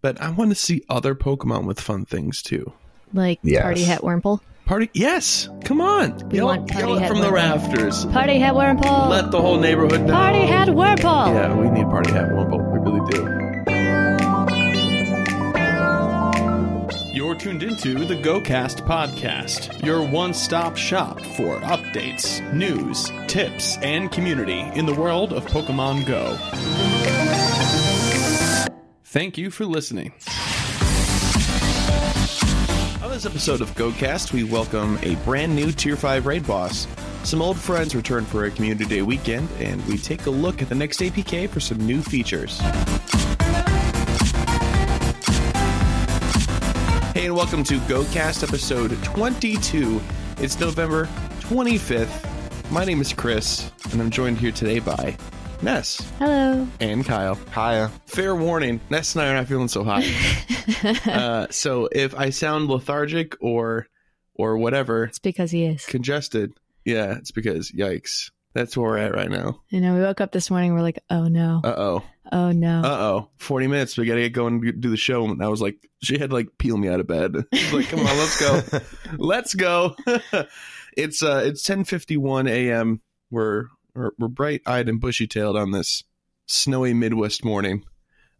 But I want to see other Pokemon with fun things too. Like Yes. Party Hat Wurmple. Party, yes, come on, We yell, want Party yell it Hat from the Wurmple. rafters. Party Hat Wurmple! Let the whole neighborhood know. Party Hat Wurmple! Yeah, we need Party Hat Wumble. We really do. You're tuned into the GoCast podcast, your one stop shop for updates, news, tips, and community in the world of Pokemon Go. Thank you for listening. On this episode of GoCast, we welcome a brand new Tier 5 raid boss. Some old friends return for a Community Day weekend, and we take a look at the next APK for some new features. Hey, and welcome to GoCast episode 22. It's November 25th. My name is Chris, and I'm joined here today by Ness Hello. and Kyle. Hiya. Fair warning, Ness and I are not feeling so hot. uh, so if I sound lethargic or or whatever, It's because he is. congested, yeah, it's because yikes. That's where we're at right now. You know, we woke up this morning, we're like, oh no, Uh oh. oh no. Uh oh. Forty minutes. We gotta get going and do the show. And I was like, she had to, like peel me out of bed. She's like, come on, let's go, let's go. it's uh, it's ten fifty one a.m. We're we're, we're bright eyed and bushy tailed on this snowy Midwest morning,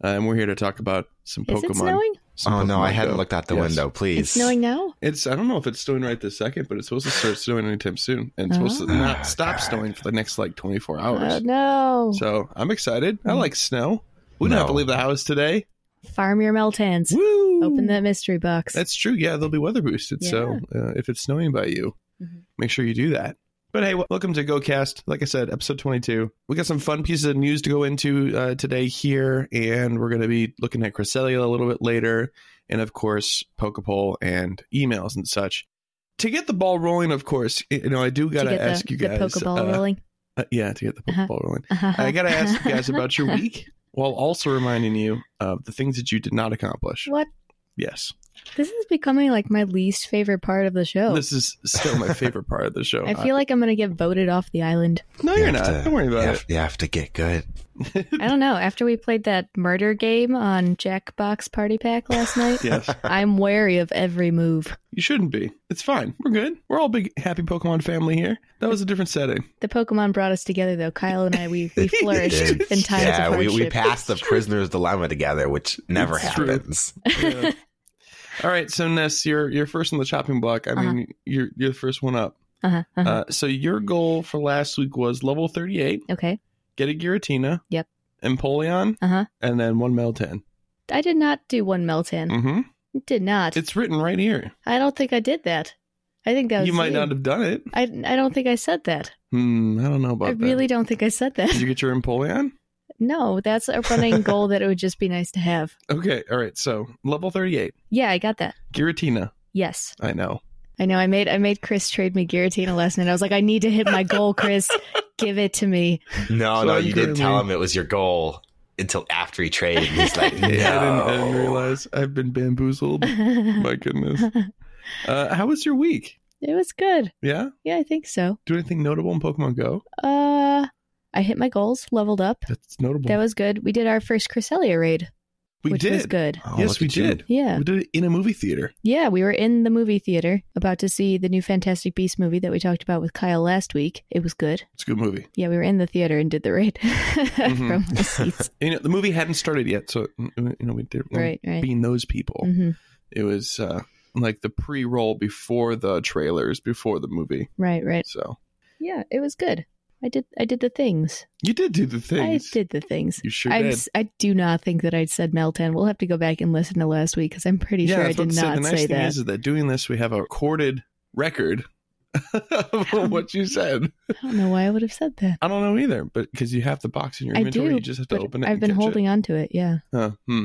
uh, and we're here to talk about some is Pokemon. it snowing? some oh no, Pokemon I hadn't Go. looked out the Yes. window. Please. It's snowing now? It's I don't know if it's snowing right this second, but it's supposed to start snowing anytime soon, and it's supposed Ah. to Oh. not Oh, stop God. snowing for the next like twenty four Oh hours. no. So I'm excited. I Mm. like snow. We don't have to No. leave the house today. Farm your Meltans. Woo! Open that mystery box. That's true. Yeah, they'll be weather boosted. So uh, if it's snowing by you, Mhm. make sure you do that. But hey, wel- welcome to GoCast. Like I said, episode 22. We got some fun pieces of news to go into uh, today here, and we're going to be looking at Cresselia a little bit later, and of course, Pokepoll and emails and such. To get the ball rolling, of course, you know, I do got to to get ask the, you guys. the Pokeball uh, rolling. uh, yeah, to get the Uh-huh. Pokeball rolling. I got to ask you guys about your week while also reminding you of the things that you did not accomplish. What? Yes. This is becoming like my least favorite part of the show. This is still my favorite part of the show. Oh. I feel like I'm going to get voted off the island. no, You you're not. have to- Don't worry you about have- you have to get good. it. I don't know. After we played that murder game on Jackbox Party Pack last night, yes. I'm wary of every move. You shouldn't be. It's fine. We're good. We're all big, happy Pokemon family here. That was a different setting. The Pokemon brought us together, though. Kyle and I, we, we flourished It did. in times yeah, of we, hardship. we passed the prisoner's dilemma together, which never It's true. happens. Yeah. all right. So, Ness, you're, you're first on the chopping block. I mean, you're, you're the first one up. Uh-huh, uh-huh. Uh, so, your goal for last week was level 38, okay. get a Giratina. Yep. Empoleon, Uh-huh. and then one Meltan. I did not do one Meltan. Mm-hmm. Did not. It's written right here. I don't think I did that. I think that was you might not have done it. I, I don't think I said that. Hmm, I don't know about I that. really don't think I said that. Did you get your Empoleon? No, that's a running goal that it would just be nice to have. Okay, all right. So level thirty-eight, Yeah, I got that. Giratina. Yes. I know. I know I made I made Chris trade me Giratina last night. I was like, I need to hit my goal, Chris. Give it to me. No, So no, I'm you didn't tell him currently- it was your goal until after he traded. and He's like, no. Yeah, I, didn't, I didn't realize I've been bamboozled. it My goodness. Uh, how was your week? was good. Yeah. Yeah, I think so. Do anything notable in Pokemon Go? Uh I hit my goals, leveled up. That's notable. That was good. We did our first Cresselia raid, we which did. was good. Oh, yes, look we at you. did. Yeah. We did it in a movie theater. Yeah, we were in the movie theater about to see the new Fantastic Beast movie that we talked about with Kyle last week. It was good. It's a good movie. Yeah, we were in the theater and did the raid Mm-hmm. from the seats. You know, the movie hadn't started yet, so you know we did right, right. being those people. hmm It was uh, like the pre-roll before the trailers, before the movie. Right, right. So Yeah, it was good. I did. I did the things. you did do the things. I did the things. You sure I did. I do not think that I said Meltan. We'll have to go back and listen to last week because I'm pretty sure I that's what did I'm saying. not the nice say thing that. is, is that doing this, we have a recorded record Um, of what you said. I don't know why I would have said that. I don't know either, but because you have the box in your I inventory, do, you just have to But open it. I've and been catch holding on to it. Yeah. It. Huh, hmm.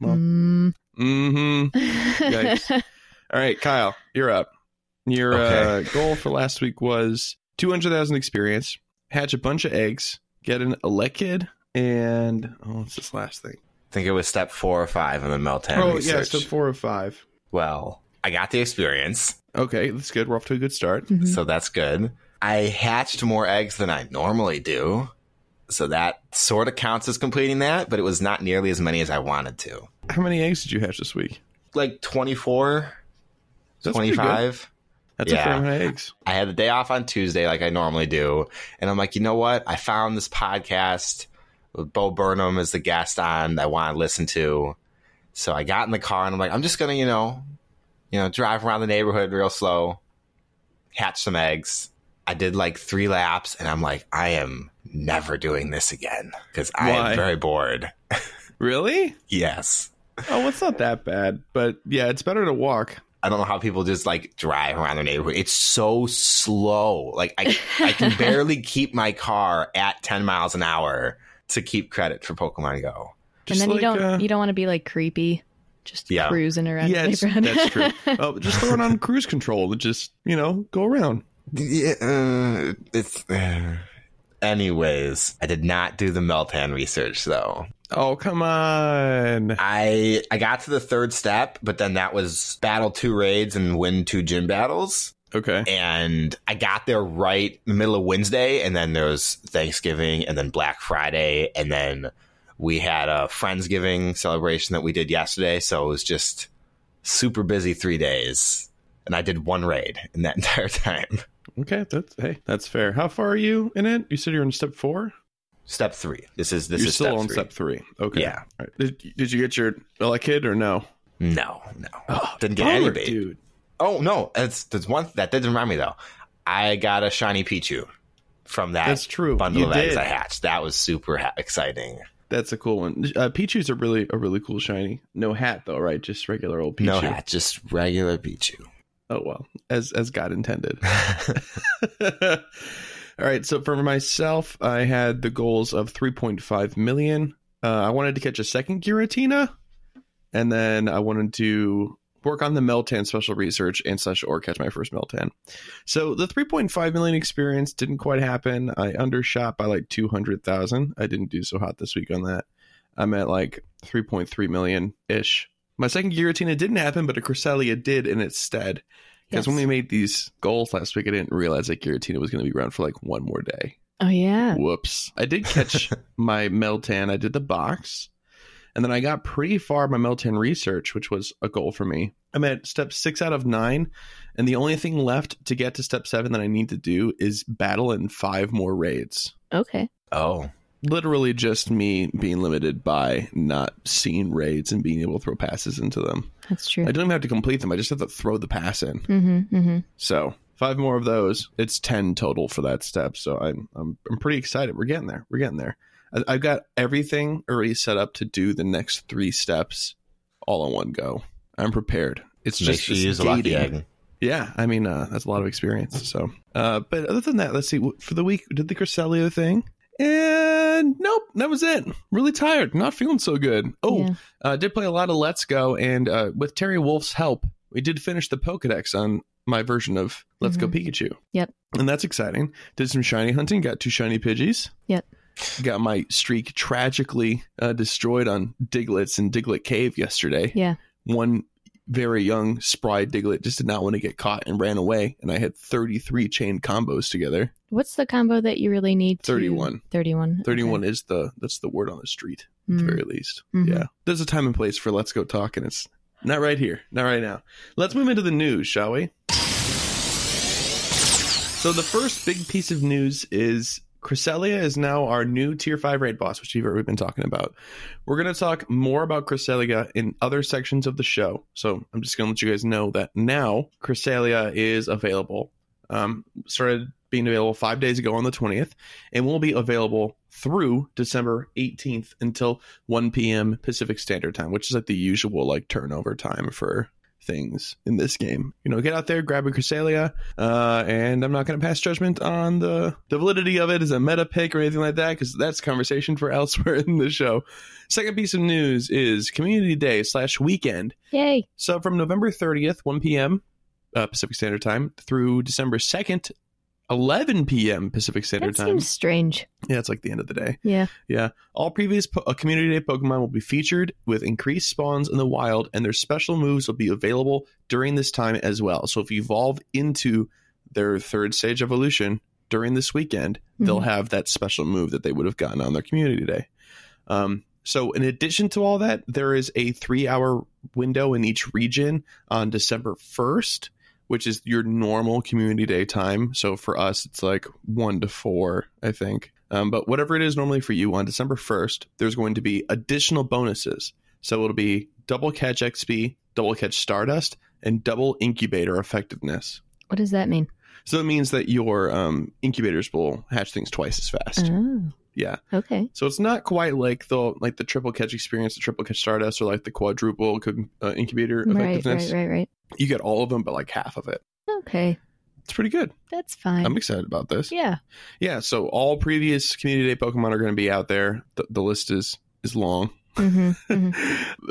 Well. Mm. hmm All right, Kyle, you're up. Your Okay. uh, goal for last week was 200,000 experience, hatch a bunch of eggs, get an Elekid, and oh, what's this last thing? I think it was step four or five on the Meltan oh, yeah, research. step four or five. Well, I got the experience. Okay, that's good. We're off to a good start. Mhm. so that's good. I hatched more eggs than I normally do, so that sort of counts as completing that, but it was not nearly as many as I wanted to. How many eggs did you hatch this week? Like 24, That's pretty good. 25. That's a Yeah. fair amount of eggs. I had the day off on Tuesday, like I normally do. And I'm like, you know what? I found this podcast with Bo Burnham as the guest on that I want to listen to. So I got in the car and I'm like, I'm just going to, you know, you know, drive around the neighborhood real slow, hatch some eggs. I did like three laps and I'm like, I am never doing this again because I Why? am very bored. Really? Yes. Oh, well, it's not that bad, but yeah, it's better to walk. I don't know how people just like drive around their neighborhood. It's so slow. Like I, I can barely keep my car at 10 miles an hour to keep credit for Pokemon Go. and Just then you like, don't uh, you don't want to be like creepy, just Yeah. cruising around yeah, the it's- neighborhood. that's true. Oh, just throw it on cruise control to just you know go around. Yeah, uh, it's. uh, Anyways, I did not do the Meltan research though. Oh come on! I I got to the third step, but then that was battle two raids and win two gym battles. Okay, and I got there right in the middle of Wednesday, and then there was Thanksgiving, and then Black Friday, and then we had a Friendsgiving celebration that we did yesterday. So it was just super busy three days, and I did one raid in that entire time. okay, that's hey, that's fair. How far are you in it? You said you're in step four. Step three. This is this you're is still step on three. step three. Okay. Yeah. All right. Did, did you get your like kid or no? No, no, Oh, didn't get any bummer, bait. dude. Oh no, that's that's one that did remind me though. I got a shiny Pichu from that That's true. bundle you of eggs did. I hatched. That was super ha- exciting. That's a cool one. Uh, Pichu's a really a really cool shiny. No hat though, right? Just regular old Pichu. No hat, just regular Pichu. Oh well, as as God intended. All right. So for myself, I had the goals of 3.5 million. Uh, I wanted to catch a second Giratina, and then I wanted to work on the Meltan special research and slash or catch my first Meltan. So the 3.5 million experience didn't quite happen. I undershot by like 200,000. I didn't do so hot this week on that. I'm at like 3.3 million ish. My second Giratina didn't happen, but a Cresselia did in its stead. Because when we made these goals last week, I didn't realize that Giratina was going to be around for like one more day. oh yeah. Whoops. I did catch my Meltan. I did the box. And then I got pretty far in my Meltan research, which was a goal for me. I'm at step six out of nine. And the only thing left to get to step seven that I need to do is battle in five more raids. Okay. Oh, Literally just me being limited by not seeing raids and being able to throw passes into them. That's true. I don't even have to complete them, I just have to throw the pass in. Mm-hmm. Mm-hmm. So five more of those. It's ten total for that step. So I'm I'm I'm pretty excited. We're getting there. We're getting there. I, I've got everything already set up to do the next three steps all in one go. I'm prepared. It's make just sure this you use a lucky gating. egg. Yeah, I mean uh, that's a lot of experience. So, uh, but other than that, let's see. w- For the week, did the Cresselia thing, and nope, that was it. Really tired, not feeling so good. Oh, Yeah. uh, did play a lot of Let's Go, and uh, with Terry Wolf's help, we did finish the Pokedex on my version of Let's Go Pikachu. Mm-hmm. Yep. And that's exciting. Did some shiny hunting, got two shiny Pidgeys. Yep. Got my streak tragically uh, destroyed on Diglets in Diglet Cave yesterday. Yeah. One very young, spry Diglet just did not want to get caught and ran away, and I had 33 chain combos together. What's the combo that you really need? to- 31. 31. 31 is the that's the word on the street at Okay. the Mm. very least. Mhm. Yeah. There's a time and place for let's go talk, and it's not right here, not right now. Let's move into the news, shall we? So the first big piece of news is Cresselia is now our new tier five raid boss, which we've already been talking about. We're gonna talk more about Cresselia in other sections of the show. So I'm just gonna let you guys know that now Cresselia is available. Um, started being available five days ago on the 20th and will be available through December 18th until 1 p.m. Pacific Standard Time, which is like the usual like turnover time for things in this game. You know, get out there, grab a Cresselia, uh, and I'm not going to pass judgment on the the validity of it as a meta pick or anything like that because that's conversation for elsewhere in the show. Second piece of news is Community Day slash weekend Yay. so from November 30th, 1 p.m. Uh, Pacific Standard Time through December 2nd, 11 p.m. Pacific Standard That Time. seems strange. yeah, it's like the end of the day. Yeah. All previous po- uh, Community Day Pokemon will be featured with increased spawns in the wild, and their special moves will be available during this time as well. So if you evolve into their third stage evolution during this weekend, they'll Mhm. have that special move that they would have gotten on their Community Day. Um, So, in addition to all that, there is a three hour window in each region on December 1st, which is your normal community day time. So, for us, it's like one to four, I think. Um, but whatever it is normally for you on December 1st, there's going to be additional bonuses. So, it'll be double catch XP, double catch Stardust, and double incubator effectiveness. What does that mean? So, it means that your um, incubators will hatch things twice as fast. Oh, Yeah. okay. So it's not quite like the like the triple catch experience, the triple catch Stardust, or like the quadruple co- uh, incubator Right, effectiveness. right, right, right. You get all of them, but like half of it. Okay, It's pretty good. that's fine. I'm excited about this. Yeah. yeah, so all previous community day Pokemon are going to be out there. The, the list is is long, hmm hmm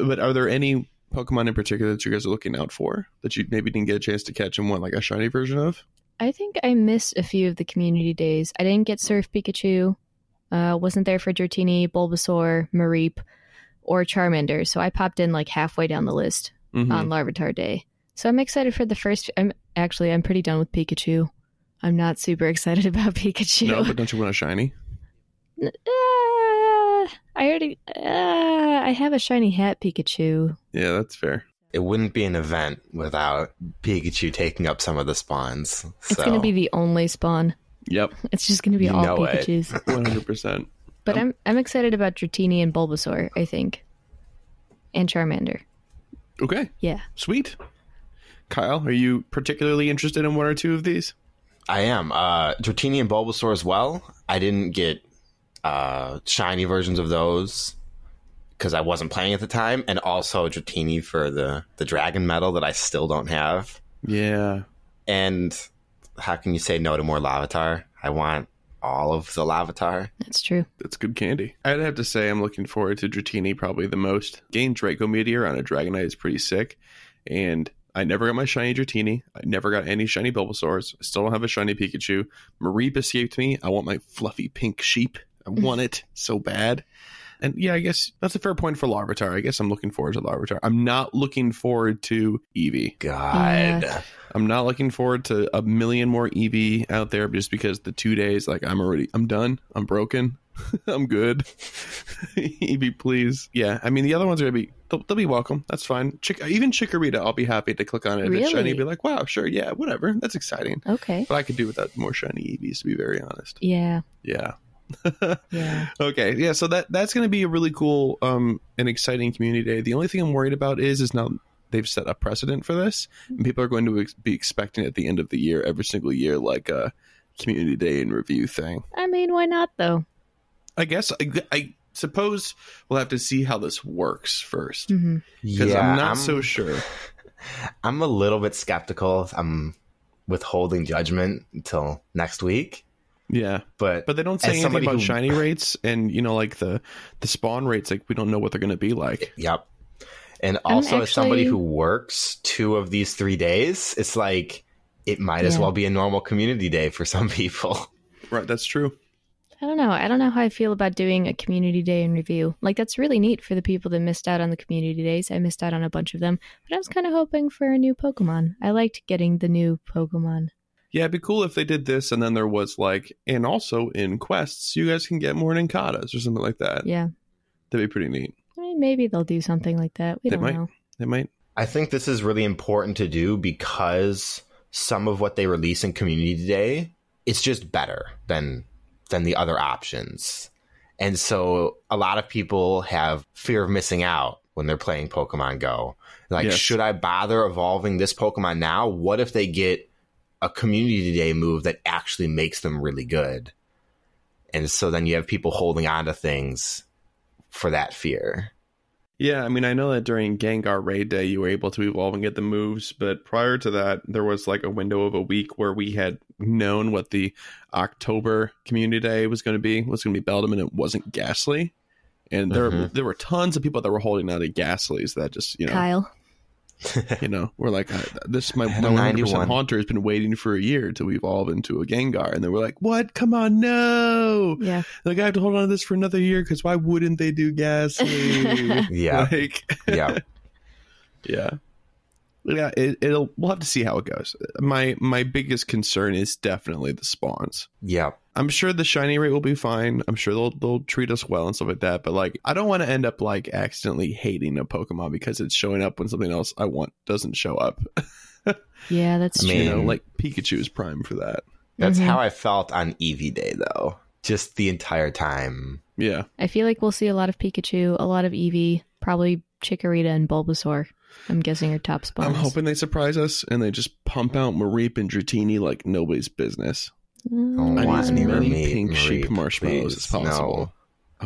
but are there any Pokemon in particular that you guys are looking out for that you maybe didn't get a chance to catch and want like a shiny version of? I think I missed a few of the community days. I didn't get Surf Pikachu. Uh, wasn't there for Dratini, Bulbasaur, Mareep, or Charmander. So I popped in like halfway down the list Hmm. Mhm. on Larvitar Day. So I'm excited for the first. I'm actually I'm pretty done with Pikachu. I'm not super excited about Pikachu. no, but don't you want a shiny? N- ah, I already. ah, I have a shiny hat Pikachu. Yeah, that's fair. It wouldn't be an event without Pikachu taking up some of the spawns. It's so. gonna be the only spawn. Yep, It's just gonna be You all know it. Pikachu's. one hundred percent. But Um, I'm I'm excited about Dratini and Bulbasaur. I think, and Charmander. Okay, Yeah, Sweet. Kyle, are you particularly interested in one or two of these? I am. Uh Dratini and Bulbasaur as well. I didn't get uh shiny versions of those because I wasn't playing at the time, and also Dratini for the the Dragon Medal that I still don't have. Yeah. And how can you say no to more Lavatar? I want all of the Lavatar. that's true. That's good candy. I'd have to say I'm looking forward to Dratini probably the most. Getting Draco Meteor on a Dragonite is pretty sick. And I never got my shiny Dratini. I never got any shiny Bulbasaurs. I still don't have a shiny Pikachu. Mareep escaped me. I want my fluffy pink sheep. I want it so bad. And yeah, I guess that's a fair point for Larvitar. I guess I'm looking forward to Larvitar. I'm not looking forward to Eevee. God. I'm not looking forward to a million more EV out there just because the two days, like I'm already, I'm done, I'm broken, I'm good. EV, please. Yeah, I mean the other ones are gonna be, they'll, they'll be welcome. That's fine. Chick, even Chikorita, I'll be happy to click on it. If it's shiny, Really? be like, wow, sure, yeah, whatever. That's exciting. Okay. But I could do without more shiny EVs, to be very honest. Yeah. Yeah. Yeah. Okay, yeah. So that that's going to be a really cool um, and exciting community day. The only thing I'm worried about is is now they've set a precedent for this, and people are going to ex- be expecting at the end of the year, every single year, like a community day and review thing. I mean, why not though? I guess I, I suppose we'll have to see how this works first hmm because Yeah, I'm not so sure. I'm a little bit skeptical. I'm withholding judgment until next week. Yeah, But, but they don't say As anything somebody about who- shiny rates and you know like the the spawn rates. Like we don't know what they're going to be like. Yep. And I'm also, as somebody actually- who works two of these three days, it's like it might as Yeah. well be a normal community day for some people. Right, that's true. I don't know. I don't know how I feel about doing a community day in review. Like that's really neat for the people that missed out on the community days. I missed out on a bunch of them, but I was kind of hoping for a new Pokemon. I liked getting the new Pokemon. Yeah, it'd be cool if they did this and then there was like, and also in quests, you guys can get more Ninkatas or something like that. Yeah. That'd be pretty neat. I mean, maybe they'll do something like that. We They don't might. know. They might. I think this is really important to do because some of what they release in community day it's just better than than the other options. And so a lot of people have fear of missing out when they're playing Pokemon Go. Like Yes. should I bother evolving this Pokemon now? What if they get a community day move that actually makes them really good? And so then you have people holding on to things for that fear. Yeah, I mean, I know that during Gengar Raid Day, you were able to evolve and get the moves, but prior to that, there was like a window of a week where we had known what the October Community Day was going to be. It was going to be Beldum, and it wasn't Ghastly. And there, Mhm. there were tons of people that were holding out to Ghastlies that just, you know, Kyle. you know, we're like, I- this my, I had my a 100% 91. haunter has been waiting for a year to evolve into a Gengar. And then we're like, what? Come on, no. Yeah. Like, I have to hold on to this for another year because why wouldn't they do Ghastly? Yeah. Like, yeah. yeah. yeah, it, it'll we'll have to see how it goes. My my biggest concern is definitely the spawns. Yeah. I'm sure the shiny rate will be fine. I'm sure they'll they'll treat us well and stuff like that. But like, I don't want to end up like accidentally hating a Pokemon because it's showing up when something else I want doesn't show up. Yeah, that's I true. mean- You know, like Pikachu is prime for that. That's Mhm. Mm-hmm. how I felt on Eevee Day though. Just the entire time. Yeah, I feel like we'll see a lot of Pikachu, a lot of Eevee, probably Chikorita and Bulbasaur. I'm guessing are top spawns. I'm hoping they surprise us and they just pump out Mareep and Dratini like nobody's business. Mm, I want need that's as any maybe. many Mareep, pink sheep Mareep, marshmallows please. as possible. No.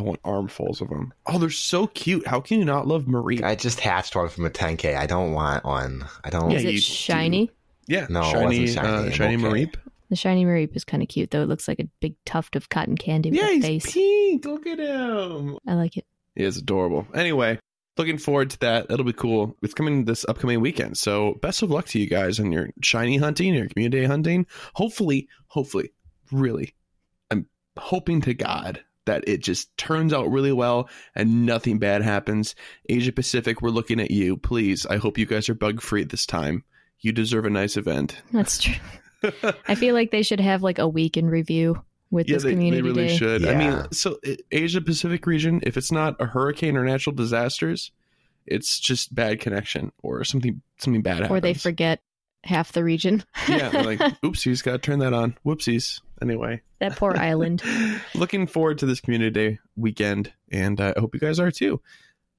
I want armfuls of them. Oh, they're so cute. How can you not love Mareep? I just hatched one from a 10K. I don't want one. I don't. Yeah, Is you it do. shiny? yeah, No, it shiny, wasn't shiny. Uh, I'm shiny okay. Mareep. The shiny Mareep is kind of cute, though. It looks like a big tuft of cotton candy with Yeah, a he's face. pink. Look at him. I like it. He is adorable. Anyway, looking forward to that. That'll be cool. It's coming this upcoming weekend. So best of luck to you guys on your shiny hunting, your community day hunting. Hopefully, hopefully, really, I'm hoping to God that it just turns out really well and nothing bad happens. Asia Pacific, we're looking at you. Please, I hope you guys are bug free this time. You deserve a nice event. That's true. I feel like they should have like a week in review with this they, community they really day. should. I Yeah. mean, so i- Asia Pacific region, if it's not a hurricane or natural disasters, it's just bad connection or something something bad happens. Or they forget half the region. yeah, they're like oopsies, got to turn that on. Whoopsies. Anyway, that poor island. looking forward to this community day weekend, and uh, I hope you guys are too.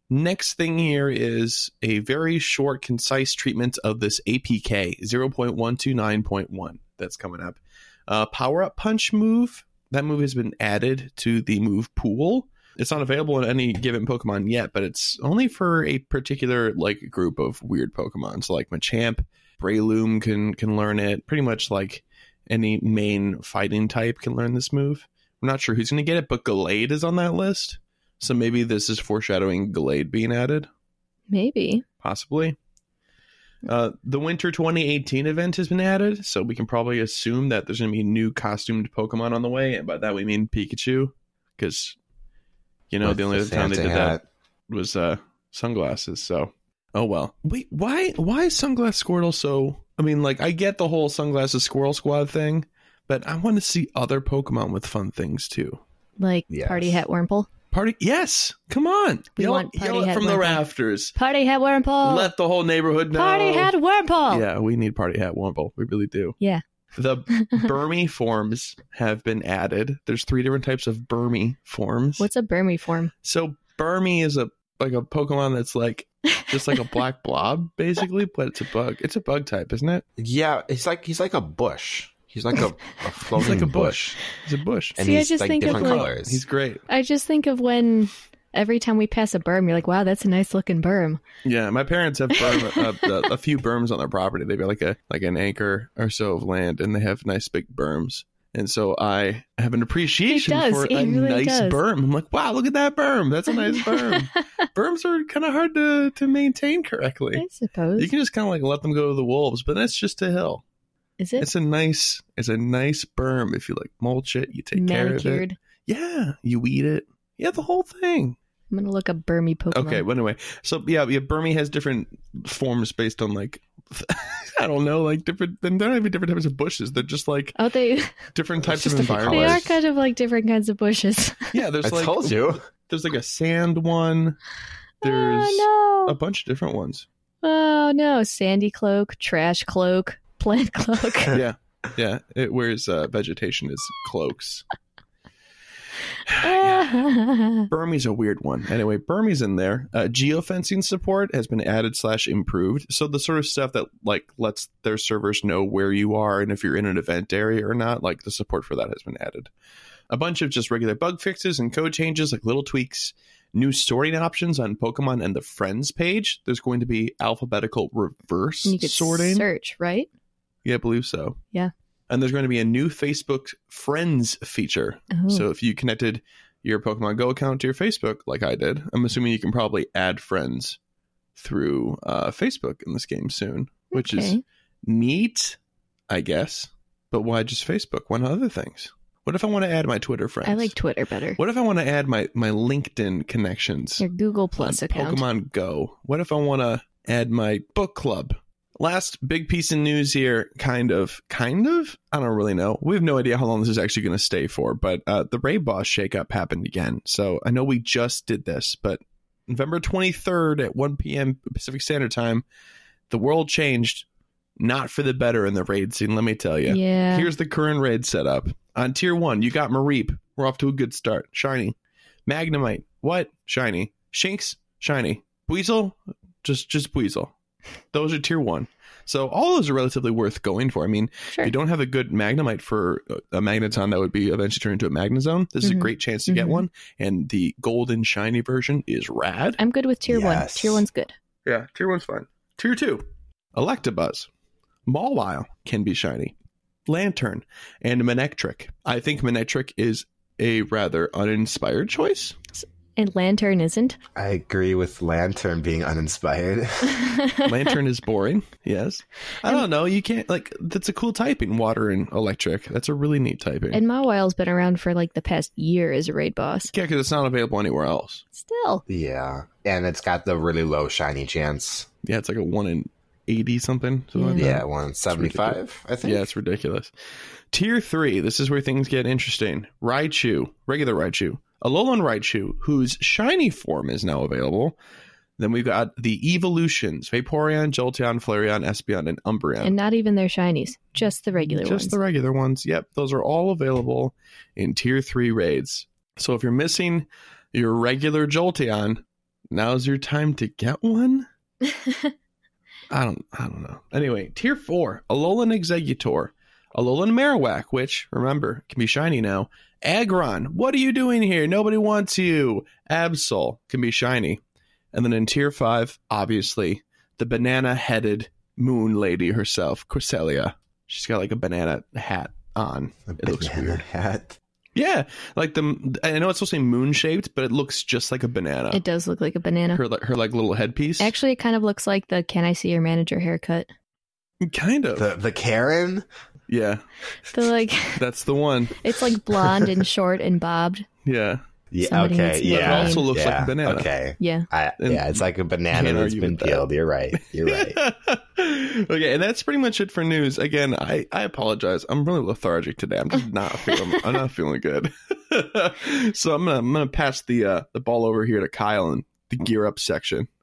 Next thing here is a very short, concise treatment of this APK 0.129.1 that's coming up. Uh, power up punch move. That move has been added to the move pool. It's not available in any given Pokemon yet, but it's only for a particular like group of weird Pokemon. So like Machamp, Breloom can can learn it. Pretty much like any main fighting type can learn this move. I'm not sure who's going to get it, but Gallade is on that list. So maybe this is foreshadowing Gallade being added, Maybe. possibly. Uh, the Winter 2018 event has been added, so we can probably assume that there's going to be new costumed Pokemon on the way, and by that we mean Pikachu, because you know with the only other time they Santa did that hat. was uh, sunglasses. So, oh well. Wait, why? Why is Sunglass Squirtle so? I mean, like I get the whole Sunglasses Squirrel Squad thing, but I want to see other Pokemon with fun things too. Like Yes. Party Hat Wurmple. Party, yes, come on, We yell, want party yell it hat from the Wurmple. rafters. Party Hat Wurmple. Let the whole neighborhood know. Party Hat Wurmple. Yeah, we need party hat Wumble. We really do. Yeah. The Burmy forms have been added. There's three different types of Burmy forms. What's a Burmy form? So Burmy is a like a Pokemon that's like just like a black blob, basically, but it's a bug. It's a bug type, isn't it? Yeah, he's like he's like a bush. He's like a, a floating a bush. It's a bush. and See, I he's just like think of, different like- colors. He's great. I just think of when every time we pass a berm, you're like, wow, that's a nice looking berm. Yeah, my parents have berm, a, a, a few berms on their property. They've got like a like an acre or so of land, and they have nice big berms. And so I have an appreciation does. for He a really nice does. berm. I'm like, wow, look at that berm. That's a nice berm. Berms are kind of hard to to maintain correctly. I suppose. You can just kind of like let them go to the wolves, but that's just a hill. Is it It's a nice it's a nice berm if you like mulch it, you take care of it. manicured? Yeah, you weed it. Yeah, the whole thing. I'm going to look up Burmy Pokemon. Okay, well, anyway, so yeah, yeah, Burmy has different forms based on like, I don't know, like different. Then they're not even different types of bushes. They're just like Oh, they different It's types of just different they environments. are Colors. kind of like different kinds of bushes. Oh, Yeah, there's I like told you. there's like a sand one. There's oh a bunch of different ones. no! Oh no! Sandy cloak, trash cloak, plant cloak. yeah, yeah. It wears uh, vegetation is cloaks. Yeah. Burmese a weird one. Anyway, Burmese in there. Uh, geofencing support has been added slash improved. So the sort of stuff that like lets their servers know where you are and if you're in an event area or not, like the support for that has been added. A bunch of just regular bug fixes and code changes, like little tweaks, new sorting options on Pokemon and the friends page. There's going to be alphabetical reverse And you could sorting. search, right? yeah, I believe so. Yeah. And there's going to be a new Facebook friends feature. Oh. So if you connected your Pokemon Go account to your Facebook, like I did, I'm assuming you can probably add friends through uh, Facebook in this game soon, which is Okay. neat, I guess. But why just Facebook? Why not other things? What if I want to add my Twitter friends? I like Twitter better. What if I want to add my my LinkedIn connections? Your Google on Plus account. Pokemon Go. What if I want to add my book club Last big piece of news here, kind of, kind of. I don't really know. We have no idea how long this is actually going to stay for, but uh, the Ray Boss shakeup happened again. So I know we just did this, but November 23rd at 1 p.m. Pacific Standard Time, the world changed, not for the better in the raid scene, let me tell you. Yeah. Here's the current raid setup. On tier one, you got Mareep. We're off to a good start. Shiny. Magnemite. What? Shiny. Shinx. Shiny. Buizel. Just just Buizel. Those are tier one. So all those are relatively worth going for. I mean, sure. if you don't have a good Magnemite for a- a Magneton that would be eventually turned into a Magnezone, this is a Mhm. great chance to get Mhm. one. And the golden shiny version is rad. I'm good with tier one. Yes. Tier one's good. Yeah, tier one's fine. Tier two, Electabuzz, Mawile can be shiny, Lantern, and Manectric. I think Manectric is a rather uninspired choice. And lantern isn't. I agree with Lantern being uninspired. Lantern is boring. Yes, I don't know. You can't like that's a cool typing. Water and electric. That's a really neat typing. and Mawile's been around for like the past year as a raid boss. yeah, because it's not available anywhere else. Still. yeah. And it's got the really low shiny chance. Yeah, it's like a one in eighty something. something like that. Yeah, one in ridiculous. 75, I think. Yeah, it's ridiculous. Tier three, this is where things get interesting. Raichu, regular Raichu, Alolan Raichu, whose shiny form is now available. Then we've got the evolutions Vaporeon, Jolteon, Flareon, Espeon, and Umbreon. And not even their shinies, just the regular Just ones. the regular ones. Yep, those are all available in tier three raids. So if you're missing your regular Jolteon, now's your time to get one. I don't I don't know. Anyway, tier four, Alolan Executor, Alolan Marowak, which remember can be shiny now. Aggron, what are you doing here? Nobody wants you. Absol can be shiny. And then in tier five, obviously, the banana headed moon lady herself, Corselia. She's got like a banana hat on. A It looks banana weird. Hat. Yeah. Like the I know it's supposed to be moon shaped, but it looks just like a banana. It does look like a banana. her like her like little headpiece. Actually, it kind of looks like the "Can I see your manager?" haircut. kind of. The, the Karen? yeah. The like, That's the one. it's like blonde and short and bobbed. Yeah. Yeah, Somebody okay. needs to yeah. name. It also looks like a Yeah, banana. Okay. Yeah, I, And- yeah, it's like a banana Can't that's argue been with that. peeled. You're right. You're right. okay, and that's pretty much it for news. Again, I, I apologize. I'm really lethargic today. I'm just not feeling I'm not feeling good. so I'm gonna I'm gonna pass the uh, the ball over here to Kyle in the gear up section.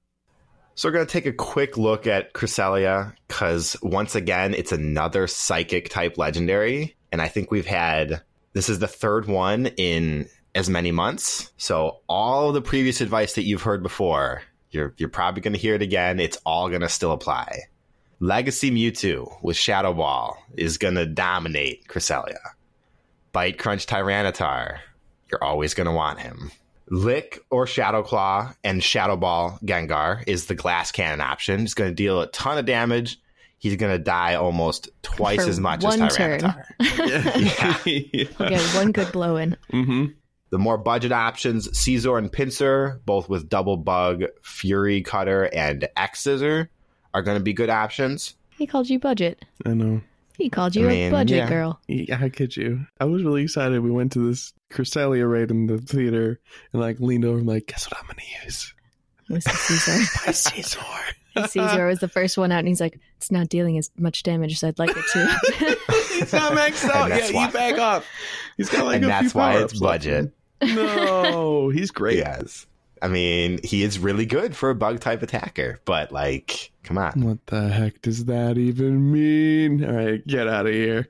So we're going to take a quick look at Cresselia because once again, it's another psychic type legendary. And I think we've had this is the third one in as many months. So all the previous advice that you've heard before, you're, you're probably going to hear it again. It's all going to still apply. Legacy Mewtwo with Shadow Ball is going to dominate Cresselia. Bite Crunch Tyranitar, you're always going to want him. Lick or Shadow Claw and Shadow Ball Gengar is the glass cannon option. He's going to deal a ton of damage. He's going to die almost twice For as much one as turn. Tyranitar. Yeah. okay, one good blow in. hmm The more budget options, Caesar and Pincer, both with Double Bug, Fury Cutter, and X Scissor, are going to be good options. He called you budget. I know. He called I you mean, a budget yeah. girl. Yeah, how could you? I was really excited. We went to this Cresselia raid in the theater and like leaned over and like, guess what I'm gonna use? Mr. Caesar. My Caesar. Caesar was the first one out, and he's like, "It's not dealing as much damage as I'd like it Oh. to." He's not maxed out yet. And that's why- You back up. He's got like and a that's few why power-ups it's left. budget. No, he's great. Yes. I mean, he is really good for a bug type attacker, but like, come on. What the heck does that even mean? All right, get out of here.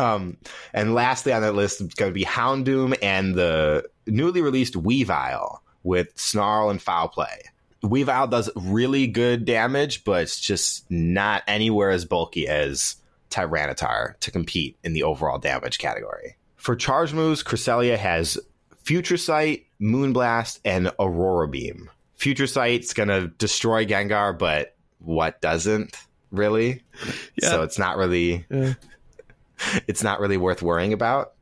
Um, and lastly on that list is going to be Houndoom and the newly released Weavile with Snarl and Foul Play. Weavile does really good damage, but it's just not anywhere as bulky as Tyranitar to compete in the overall damage category. For charge moves, Cresselia has Future Sight, Moonblast, and Aurora Beam. Future Sight's going to destroy Gengar, but what doesn't really? Yeah. So it's not really Yeah. it's not really worth worrying about.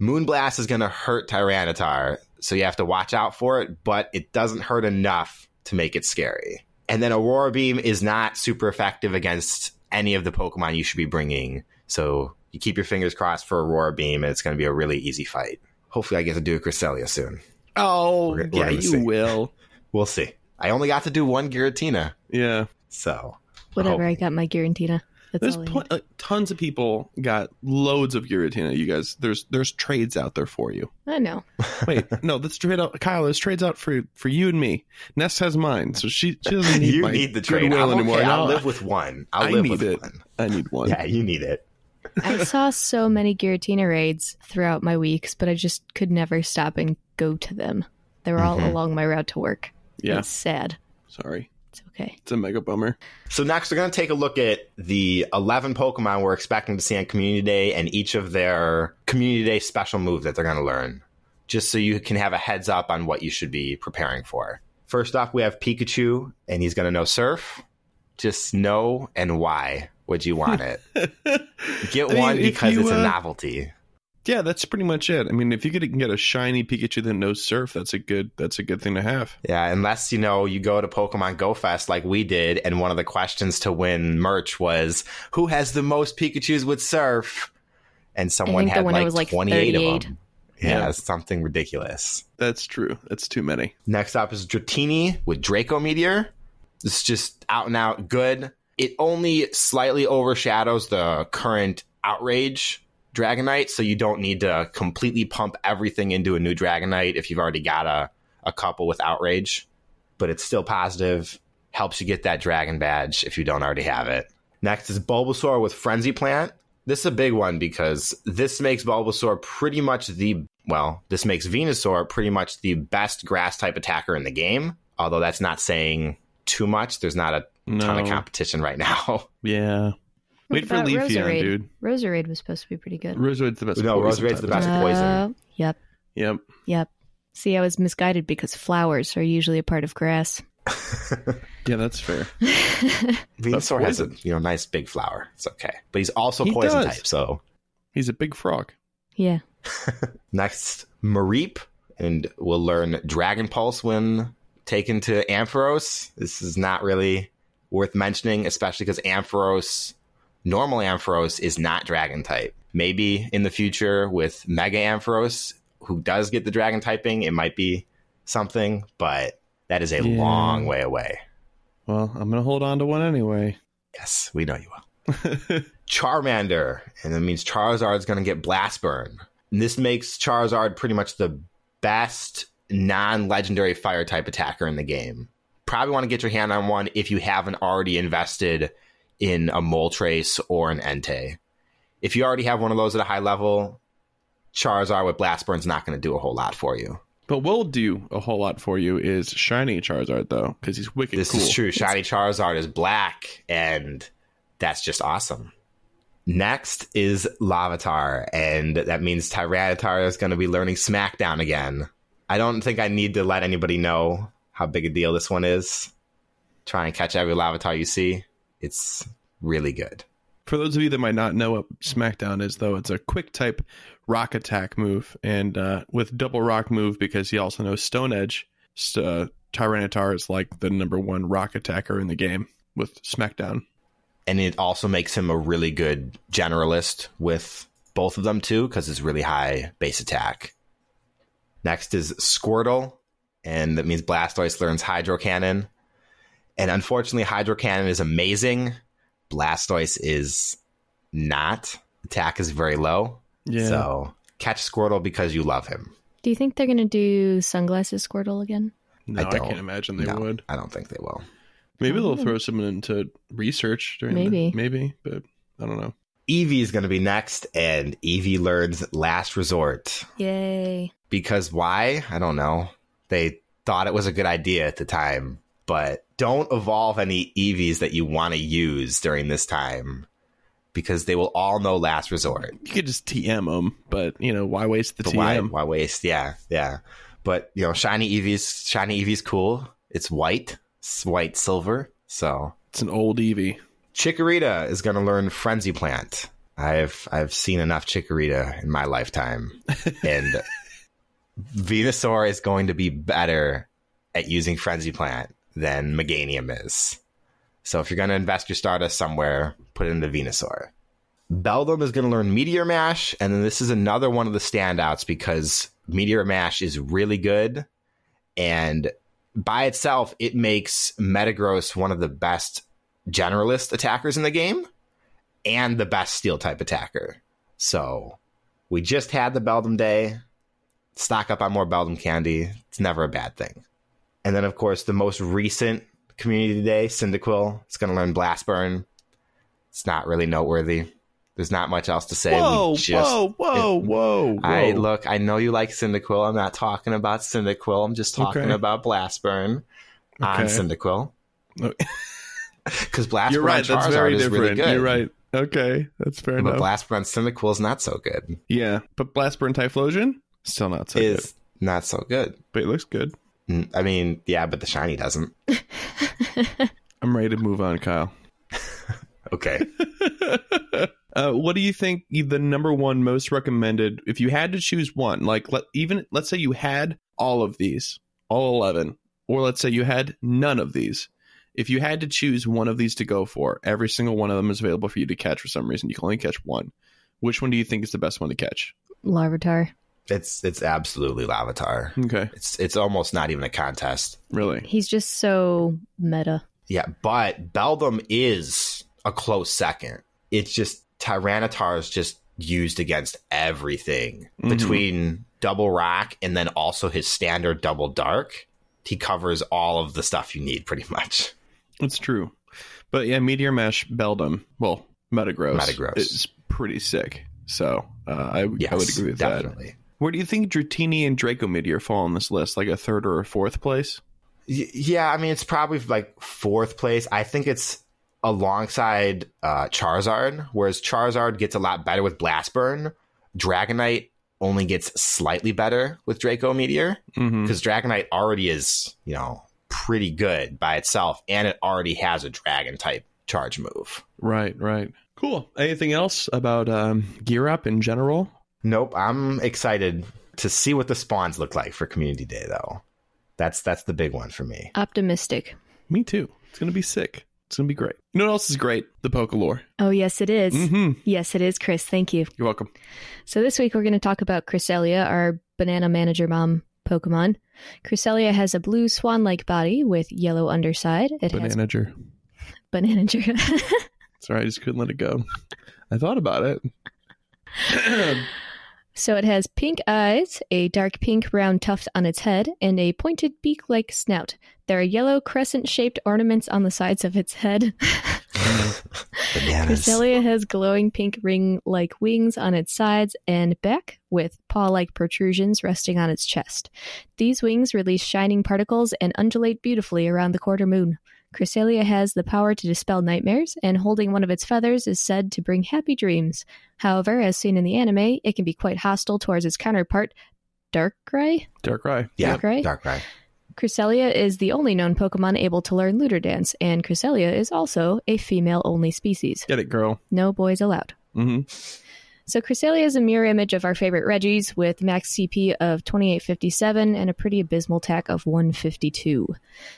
Moonblast is going to hurt Tyranitar, so you have to watch out for it, but it doesn't hurt enough to make it scary. And then Aurora Beam is not super effective against any of the Pokemon you should be bringing, so you keep your fingers crossed for Aurora Beam, and it's going to be a really easy fight. Hopefully, I get to do a Cresselia soon. Oh, We're- we're yeah, gonna you see. will. We'll see. I only got to do one Giratina, Yeah. so Whatever, Oh. I got my Guarantina. That's There's all I pl- uh, tons of people got loads of Giratina. You guys, there's there's trades out there for you. need. I know. Wait, no, that's trade out. Kyle, there's trades out for for you and me. Nest has mine, so she she doesn't need you my need the trade. goodwill I'm okay. anymore. I'll No, live with one. I'll I live need with it. one. I need one. Yeah, you need it. I saw so many Giratina raids throughout my weeks, but I just could never stop and go to them. They were all Mhm. along my route to work. Mm-hmm. Yeah. It's sad. Sorry, It's okay. it's a mega bummer. So next, we're going to take a look at the 11 Pokemon we're expecting to see on Community Day and each of their Community Day special move that they're going to learn, just so you can have a heads up on what you should be preparing for. First off, we have Pikachu, and he's going to know Surf. Just know and why would you want it? Get I mean, one if because you, it's a uh, novelty. Yeah, that's pretty much it. I mean, if you could get a shiny Pikachu that knows Surf, that's a good that's a good thing to have. Yeah, unless you know you go to Pokemon Go Fest like we did, and one of the questions to win merch was who has the most Pikachu's with Surf, and someone think the had winner like, was, like, twenty eight of 38. them. Yeah, Yeah. something ridiculous. That's true. That's too many. Next up is Dratini with Draco Meteor. It's just out and out good. It only slightly overshadows the current outrage Dragonite, so you don't need to completely pump everything into a new Dragonite if you've already got a, a couple with outrage. But it's still positive. Helps you get that dragon badge if you don't already have it. Next is Bulbasaur with Frenzy Plant. This is a big one because this makes Bulbasaur pretty much the well, this makes Venusaur pretty much the best grass type attacker in the game. Although that's not saying too much. There's not a No. ton of competition right now. Yeah. What Wait for about Leafeon, Roserade? dude. Roserade was supposed to be pretty good. Roserade's the best. No, poison Roserade's type. the best. poison. Oh, yep. Yep. Yep. See, I was misguided because flowers are usually a part of grass. Yeah, that's fair. Venusaur has a poison. you know nice big flower. It's okay, but he's also He poison does. type. So He's a big frog. yeah. next Mareep, and we'll learn Dragon Pulse when taken to Ampharos. This is not really worth mentioning, especially because Ampharos, normal Ampharos, is not Dragon type. Maybe in the future with Mega Ampharos, who does get the Dragon typing, it might be something, but that is a Yeah. long way away. Well, I'm gonna hold on to one anyway. Yes, we know you will. Charmander, and that means Charizard's going to get Blast Burn. And this makes Charizard pretty much the best non-legendary fire type attacker in the game. Probably want to get your hand on one if you haven't already invested in a Moltres or an Entei. If you already have one of those at a high level, Charizard with Blast Burn's not going to do a whole lot for you. but will do a whole lot for you is shiny Charizard though, because he's wicked This cool. is true. Shiny Charizard is black, and that's just awesome. Next is Lavatar, and that means Tyranitar is going to be learning SmackDown again. I don't think I need to let anybody know how big a deal this one is. Try and catch every Lavatar you see. It's really good. For those of you that might not know what SmackDown is, though, it's a quick type rock attack move, and uh, with double rock move because he also knows Stone Edge. s- Uh, Tyranitar is like the number one rock attacker in the game with SmackDown. And it also makes him a really good generalist with both of them, too, because it's really high base attack. Next is Squirtle, and that means Blastoise learns Hydro Cannon. And unfortunately, Hydro Cannon is amazing. Blastoise is not. Attack is very low. Yeah, So catch Squirtle because you love him. Do you think they're going to do sunglasses Squirtle again? no, I I, don't- Mm. can't imagine they No, would. I don't think they will. Maybe they'll Oh. throw someone into research during Maybe. the, maybe, but I don't know. Eevee is going to be next, and Eevee learns Last Resort. Yay. because why? I don't know. They thought it was a good idea at the time, but don't evolve any EVs that you want to use during this time because they will all know last resort. You could just TM them, but you know why waste the But TM? why, why waste? Yeah, yeah. But you know, shiny EVs, shiny EVs, cool. It's white, it's white silver. So It's an old Eevee. Chikorita is going to learn Frenzy Plant. I've I've seen enough Chikorita in my lifetime, and Venusaur is going to be better at using Frenzy Plant than Meganium is. So if you're going to invest your Stardust somewhere, put it into Venusaur. Beldum is going to learn Meteor Mash, and then this is another one of the standouts because Meteor Mash is really good, and by itself, it makes Metagross one of the best generalist attackers in the game and the best steel type attacker. So we just had the Beldum Day. Stock up on more Beldum candy. It's never a bad thing. And then, of course, the most recent community day, Cyndaquil. It's going to learn Blast Burn. It's not really noteworthy. There's not much else to say. We whoa, just- whoa, whoa, whoa, whoa. I look. I know you like Cyndaquil. I'm not talking about Cyndaquil. I'm just talking Okay. about Blastburn on Okay. Cyndaquil. Okay. Because Blastburn You're right. on That's Charizard very is different. really good. You're right. Okay, that's fair But enough. Blastburn on Cyndaquil is not so good. yeah, but Blastburn Typhlosion still not so good, is not so good. but it looks good. Mm, I mean, yeah, but the shiny doesn't. I'm ready to move on, Kyle. Okay. uh, what do you think the number one most recommended? If you had to choose one, like let, even let's say you had all of these, all eleven, or let's say you had none of these. If you had to choose one of these to go for, every single one of them is available for you to catch for some reason. You can only catch one. Which one do you think is the best one to catch? Larvitar. it's it's absolutely Lavatar. Okay, It's it's almost not even a contest. really? He's just so meta. Yeah, but Beldum is a close second. It's just Tyranitar is just used against everything Mhm. between double rock and then also his standard double dark. He covers all of the stuff you need pretty much. It's true. But yeah, Meteor Mash Beldum, well, Metagross, Metagross. is pretty sick. So uh, I, Yes, I would agree with that. definitely. Where do you think Dratini and Draco Meteor fall on this list? Like a third or a fourth place? Y- yeah, I mean it's probably like fourth place. I think it's alongside uh, Charizard, whereas Charizard gets a lot better with Blastburn. Dragonite only gets slightly better with Draco Meteor. Mm-hmm. because Dragonite already is, you know, pretty good by itself, and it already has a dragon type charge move. Right, right. Cool. Anything else about um, Gear Up in general? Nope, I'm excited to see what the spawns look like for Community Day, though. That's that's the big one for me. Optimistic. Me too. It's going to be sick. It's going to be great. You know what else is great? The Pokalore. Oh, yes, it is. Mm-hmm. Yes, it is, Chris. Thank you. You're welcome. So this week we're going to talk about Cresselia, our banana manager mom Pokemon. Cresselia has a blue swan-like body with yellow underside. It has Bananager. bananager. Sorry, I just couldn't let it go. I thought about it. so it has pink eyes, a dark pink round tuft on its head, and a pointed beak-like snout. There are yellow crescent-shaped ornaments on the sides of its head. Bananas. Cresselia has glowing pink ring-like wings on its sides and back, with paw-like protrusions resting on its chest. These wings release shining particles and undulate beautifully around the quarter moon. Cresselia has the power to dispel nightmares, and holding one of its feathers is said to bring happy dreams. However, as seen in the anime, it can be quite hostile towards its counterpart, Darkrai. Dark Rye. Yeah, Darkrai? Darkrai. Cresselia is the only known Pokemon able to learn Luder Dance, and Cresselia is also a female-only species. Get it, girl. No boys allowed. Mm-hmm. So Cresselia is a mirror image of our favorite Reggie's with max CP of 2857 and a pretty abysmal TAC of 152.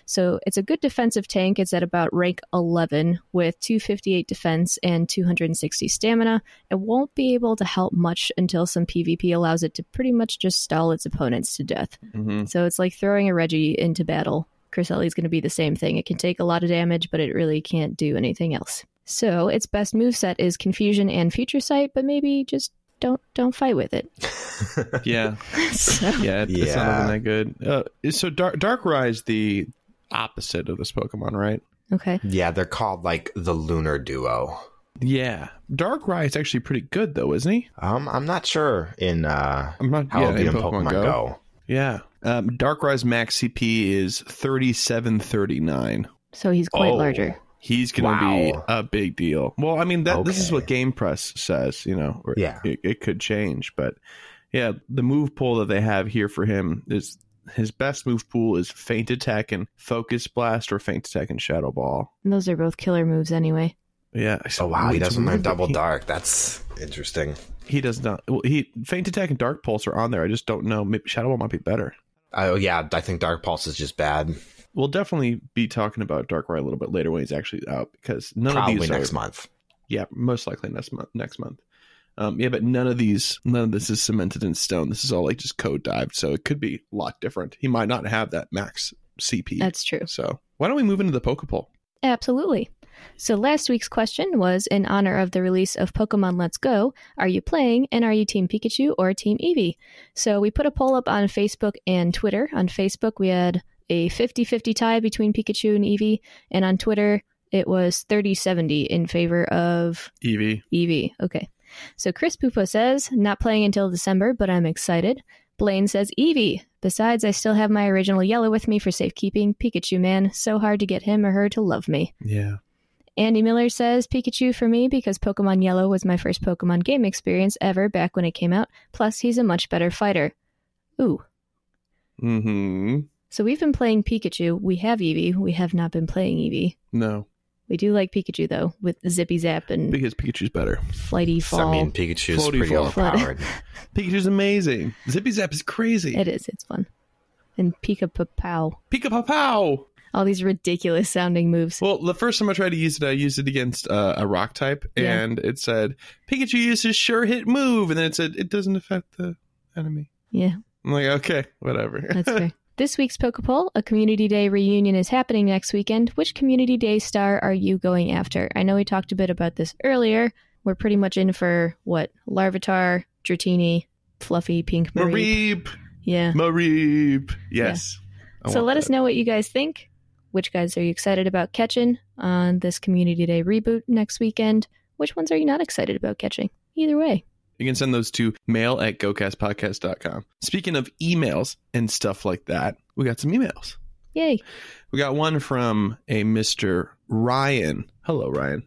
So it's a good defensive tank. It's at about rank 11 with 258 defense and 260 stamina. It won't be able to help much until some PvP allows it to pretty much just stall its opponents to death. Mm-hmm. So it's like throwing a Reggie into battle. Cresselli's going to be the same thing. It can take a lot of damage, but it really can't do anything else. So its best moveset is Confusion and Future Sight, but maybe just don't don't fight with it. Yeah. so Yeah, it- it's not Yeah. looking that good. Uh, so Dark Darkrai is the opposite of this Pokemon, right? okay, Yeah, they're called like the Lunar Duo. Yeah, Darkrai is actually pretty good though, isn't he? Um, I'm not sure in uh I'm not. how yeah, it'll be in in Pokemon, Go. Yeah, um, Darkrai's max CP is thirty seven thirty nine. so he's quite Oh. larger. He's gonna be Wow. a big deal. Well, I mean that this is Okay. what Game Press says. You know, or Yeah. it, it could change, but yeah, the move pool that they have here for him is his best move pool is Faint Attack and Focus Blast or Faint Attack and Shadow Ball. And those are both killer moves anyway. Yeah. Oh wow, he It's doesn't weird learn that double he- dark. That's interesting. He does not. Well, he faint attack and dark pulse are on there. I just don't know. Maybe Shadow Ball might be better. Oh yeah, I think Dark Pulse is just bad. We'll definitely be talking about Darkrai a little bit later when he's actually out because none of Probably these next are, month. Yeah, most likely next month. Next month. Um, yeah, but none of these, none of this is cemented in stone. This is all like just code dived, so it could be a lot different. He might not have that max CP. That's true. so why don't we move into the Poke Poll? Absolutely. So last week's question was in honor of the release of Pokemon Let's Go, are you playing and are you Team Pikachu or Team Eevee? So we put a poll up on Facebook and Twitter. On Facebook, we had a 50 50 tie between Pikachu and Eevee, and on Twitter, it was 30 70 in favor of Evie. Eevee. Okay. So Chris Pupo says, not playing until December, but I'm excited. Blaine says, Eevee. Besides, I still have my original yellow with me for safekeeping. Pikachu, man. So hard to get him or her to love me. Yeah. Andy Miller says, Pikachu for me because Pokemon Yellow was my first Pokemon game experience ever back when it came out. Plus, he's a much better fighter. Ooh. Mm-hmm. So we've been playing Pikachu. We have Eevee. We have not been playing Eevee. No, We do like Pikachu, though, with Zippy Zap and because Pikachu's better. Flighty So, Fall. I mean, Pikachu's Floaty pretty fall. overpowered. Pikachu's amazing. Zippy Zap is crazy. It is. It's fun. And Pika Papow. Pika pow pow. All these ridiculous sounding moves. Well, the first time I tried to use it, I used it against uh, a rock type, Yeah. and it said Pikachu uses sure hit move, and then it said it doesn't affect the enemy. Yeah, I'm like, okay, whatever. that's fair. This week's Poke Poll, a community day reunion is happening next weekend. Which community day star are you going after? I know we talked a bit about this earlier. We're pretty much in for what? Larvitar, Dratini, Fluffy, Pink Marie. Mareep, Yeah. Mareep. Yes. I So want let that. us know what you guys think. Which guys are you excited about catching on this community day reboot next weekend? Which ones are you not excited about catching? Either way. You can send those to mail at gocastpodcast.com. Speaking of emails and stuff like that, we got some emails. Yay. We got one from a Mr. Ryan. Hello, Ryan.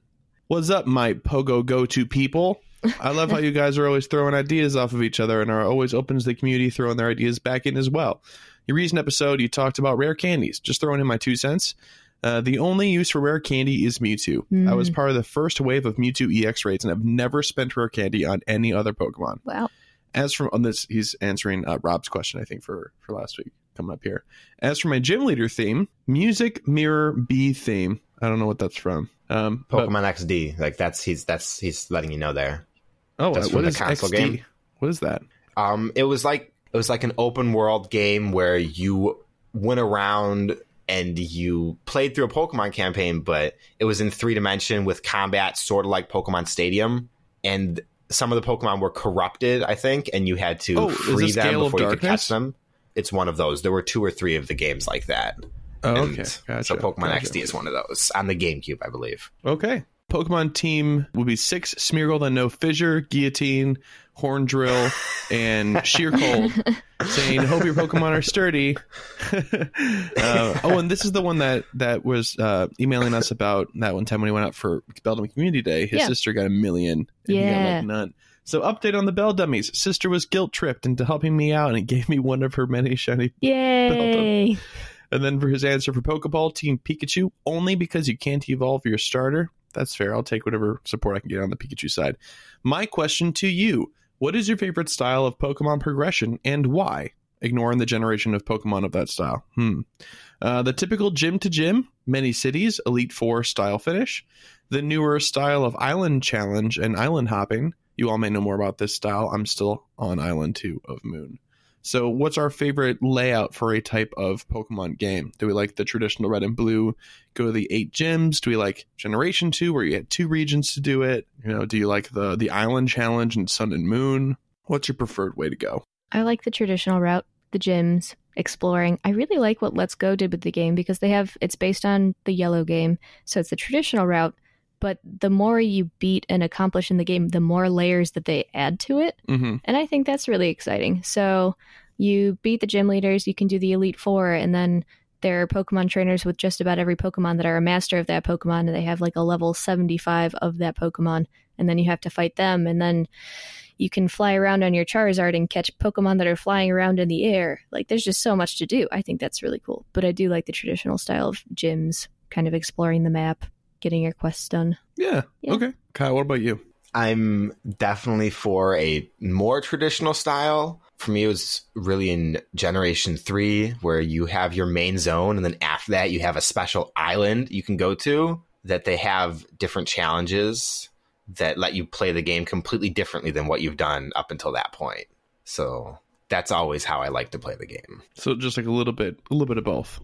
What's up, my pogo go to people? I love how you guys are always throwing ideas off of each other and are always open to the community throwing their ideas back in as well. Your recent episode, you talked about rare candies. Just throwing in my two cents. Uh, the only use for rare candy is Mewtwo. I was part of the first wave of Mewtwo EX raids and I've never spent rare candy on any other Pokemon Wow. as from on this he's answering uh, rob's question i think for for last week coming up here as for my gym leader theme music mirror b theme i don't know what that's from um but- Pokemon XD, like that's he's that's he's letting you know there. oh that's uh, from what the is console XD? game. what is that Um, it was like it was like an open world game where you went around and you played through a Pokemon campaign, but it was in three dimension with combat, sort of like Pokemon Stadium. And some of the Pokemon were corrupted, I think, and you had to Oh, is free this them Gale of before you could Darkness? catch them. It's one of those. There were two or three of the games like that. oh And okay gotcha, so Pokemon gotcha. XD is one of those on the GameCube, I believe. okay pokemon team will be six smeargle and no fissure guillotine horn drill and sheer cold saying, "Hope your Pokemon are sturdy." uh, oh, and this is the one that that was uh, emailing us about that one time when he went out for Beldum Community Day. His Yeah. sister got a million, and he got Yeah. like none. So, update on the Bell Dummies. Sister was guilt tripped into helping me out, and it gave me one of her many shiny. Yay. And then for his answer for Pokeball, Team Pikachu, only because you can't evolve your starter. That's fair. I'll take whatever support I can get on the Pikachu side. My question to you What is your favorite style of Pokemon progression and why? Ignoring the generation of Pokemon of that style. Hmm. Uh, the typical gym to gym, many cities, Elite Four style finish. The newer style of Island Challenge and Island Hopping. You all may know more about this style. I'm still on Island 2 of Moon. So, what's our favorite layout for a type of Pokemon game? Do we like the traditional red and blue? Go to the eight gyms? Do we like Generation Two, where you had two regions to do it? You know, do you like the the Island Challenge and Sun and Moon? What's your preferred way to go? I like the traditional route, the gyms, exploring. I really like what Let's Go did with the game because they have it's based on the yellow game, so it's the traditional route. But the more you beat and accomplish in the game, the more layers that they add to it. Mm-hmm. And I think that's really exciting. So you beat the gym leaders, you can do the Elite Four, and then there are Pokemon trainers with just about every Pokemon that are a master of that Pokemon, and they have like a level 75 of that Pokemon. And then you have to fight them, and then you can fly around on your Charizard and catch Pokemon that are flying around in the air. Like, there's just so much to do. I think that's really cool. But I do like the traditional style of gyms, kind of exploring the map, getting your quests done. Yeah. Yeah. Okay, Kyle. What about you? I'm definitely for a more traditional style. For me, it was really in Generation 3, where you have your main zone, and then after that, you have a special island you can go to that they have different challenges that let you play the game completely differently than what you've done up until that point. So that's always how I like to play the game. So just like a little bit, a little bit of both.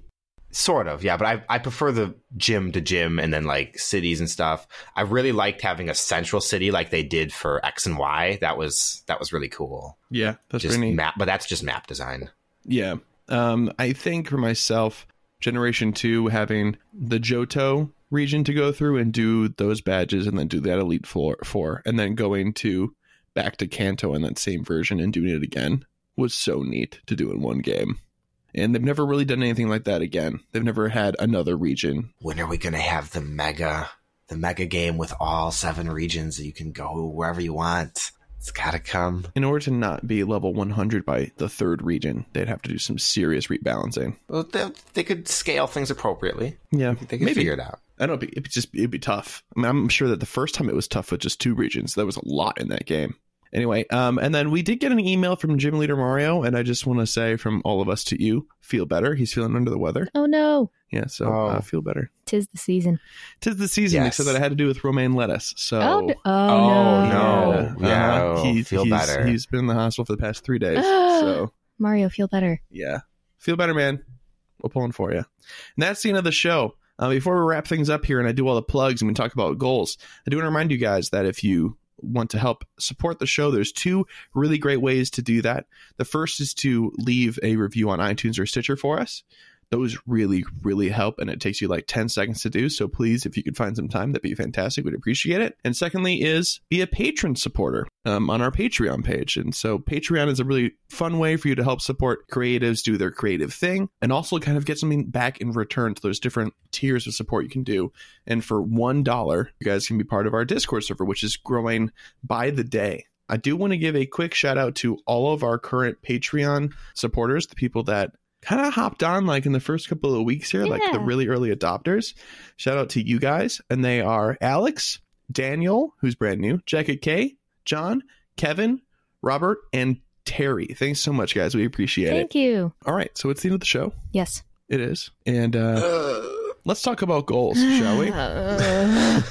Sort of, yeah, but I, I prefer the gym to gym and then like cities and stuff. I really liked having a central city like they did for X and Y. That was that was really cool. Yeah, that's just pretty neat. map, but that's just map design. Yeah. Um, I think for myself, Generation 2, having the Johto region to go through and do those badges and then do that Elite Four, four and then going to back to Kanto in that same version and doing it again was so neat to do in one game. And they've never really done anything like that again. They've never had another region. When are we gonna have the mega the mega game with all seven regions that you can go wherever you want? It's gotta come. In order to not be level 100 by the third region, they'd have to do some serious rebalancing. Well, they, they could scale things appropriately. Yeah, They could figure it out. I don't. know, It'd be, it'd just it'd be tough. I mean, I'm sure that the first time it was tough with just two regions. That was a lot in that game. Anyway, um, and then we did get an email from Gym Leader Mario, and I just want to say from all of us to you, feel better. He's feeling under the weather. Oh no, Yeah, so Oh. uh, feel better. tis the season. Tis the season, Yes. except that I had to do with romaine lettuce. So. Oh, d- oh, Oh, no. no. Yeah, Uh-huh. feel he's, better. He's been in the hospital for the past three days. so Mario, feel better. yeah, feel better, man. We're pulling for you. And that's the end of the show. Uh, before we wrap things up here and I do all the plugs and we talk about goals, I do want to remind you guys that if you want to help support the show, there's two really great ways to do that. The first is to leave a review on iTunes or Stitcher for us. Those really, really help, and it takes you like 10 seconds to do. So please, if you could find some time, that'd be fantastic. We'd appreciate it. And secondly, is be a patron supporter um, on our Patreon page. And so Patreon is a really fun way for you to help support creatives do their creative thing and also kind of get something back in return to those different tiers of support you can do. And for $1, you guys can be part of our Discord server, which is growing by the day. I do want to give a quick shout out to all of our current Patreon supporters, the people that kind of hopped on like in the first couple of weeks here, like the Yeah. really early adopters. Shout out to you guys. And they are Alex, Daniel, who's brand new, Jacket K, John, Kevin, Robert, and Terry. Thanks so much, guys. We appreciate it. Thank you. All right. So it's the end of the show. Yes. It is. And uh, let's talk about goals, shall we? I'm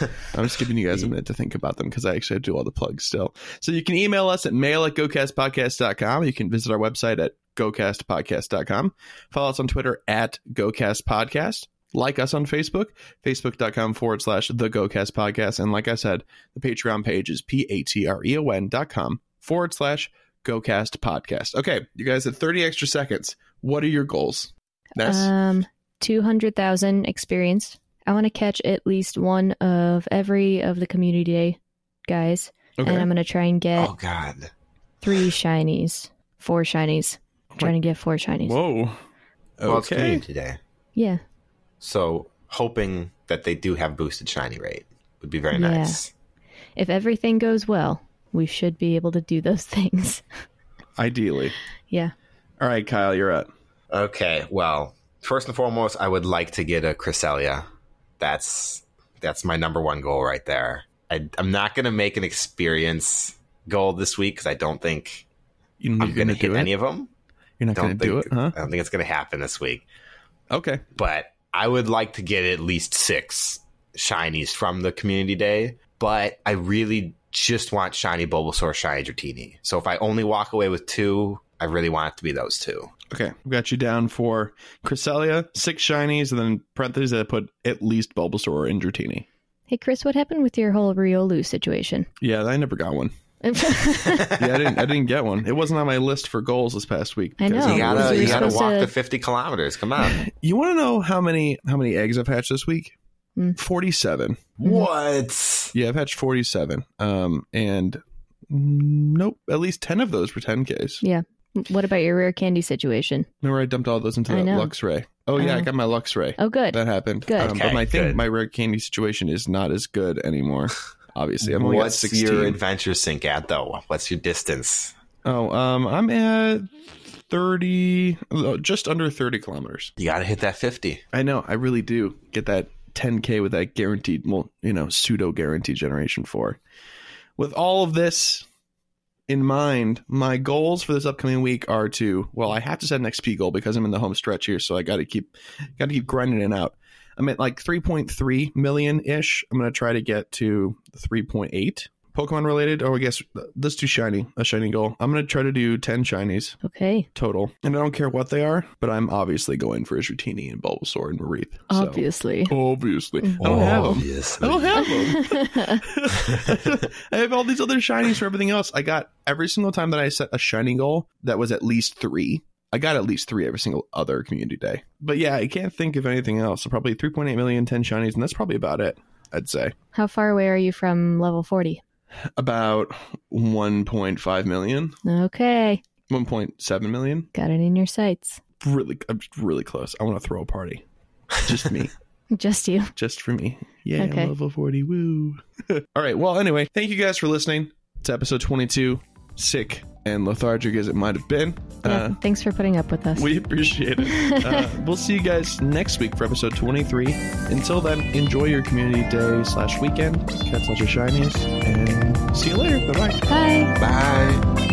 just giving you guys a minute to think about them because I actually do all the plugs still. So you can email us at mail at gocastpodcast.com. You can visit our website at gocastpodcast.com. Follow us on Twitter at gocastpodcast. Like us on Facebook, facebook.com forward slash the GoCast podcast. And like I said, the Patreon page is P A T R E O N dot com forward slash GoCast podcast. Okay, you guys at 30 extra seconds. What are your goals? Ness? Um, two hundred thousand experienced. I want to catch at least one of every of the community day guys, okay. and I'm gonna try and get Oh God. three shinies, four shinies. I'm trying to get four shinies. Whoa. Well, it's community today. Yeah, So hoping that they do have boosted shiny rate would be very Yeah. nice. if everything goes well, we should be able to do those things. Ideally. yeah. All right, Kyle, you're up. Okay, well, first and foremost, I would like to get a Cresselia. That's that's my number one goal right there. I, I'm not gonna make an experience goal this week because I don't think You're I'm gonna, hit do it. any of them. You're not Don't going to do think- it, huh? I don't think it's gonna happen this week. Okay. but I would like to get at least six shinies from the community day. But I really just want shiny Bulbasaur, shiny Dratini. So if I only walk away with two, I really want it to be those two. Okay. I've got you down for Cresselia, six shinies, and then parentheses I put at least Bulbasaur and Dratini. Hey Chris, what happened with your whole Riolu situation? Yeah, I never got one. I Yeah, I didn't. I didn't get one. It wasn't on my list for goals this past week. I because know. it You was- gotta, you're you gotta supposed walk to- the 50 kilometers. Come on. You want to know how many how many eggs I've hatched this week? Hmm. Forty-seven. what? Yeah, I've hatched forty-seven. Um, and mm, nope, at least ten of those were ten Ks. What about your rare candy situation? Remember, I dumped all those into I that know. Luxray. Oh yeah, I Oh. got my Luxray. Oh, good. That happened. Um, Good. but Okay, my thing, good. my rare candy situation is not as good anymore. Obviously, I'm only at What's your 16. adventure sync at though? What's your distance? Oh, um, I'm at 30, oh, just under 30 kilometers. You gotta hit that 50. I know. I really do get that 10k with that guaranteed, well, you know, pseudo guaranteed generation four. With all of this in mind, my goals for this upcoming week are to well, I have to set an XP goal because I'm in the home stretch here, so I got to keep got to keep grinding it out. I'm at like 3.3 million ish. I'm gonna try to get to 3.8. Pokemon related, or I guess let's do shiny, a shiny goal. I'm gonna try to do ten shinies Okay. total, and I don't care what they are, but I'm obviously going for Dratini and Bulbasaur and Marith. Obviously. So, obviously, I don't have them. I Obviously. don't have them. I have all these other shinies for everything else. I got every single time that I set a shiny goal that was at least three. I got at least three every single other community day. But yeah, I can't think of anything else. So probably 3.8 million, 10 shinies, and that's probably about it, I'd say. How far away are you from level 40? About 1.5 million, Okay. 1.7 million. Got it in your sights. Really, I'm just really close. I want to throw a party. Just me. Just you. just for me. Yeah, Okay. level 40. Woo. All right. Well, anyway, thank you guys for listening to episode 22. Sick and lethargic as it might have been. Yeah, Uh, thanks for putting up with us. we appreciate it. Uh, we'll see you guys next week for episode 23. Until then, enjoy your community day slash weekend. Cats out your shinies and see you later. Bye bye. Bye. Bye.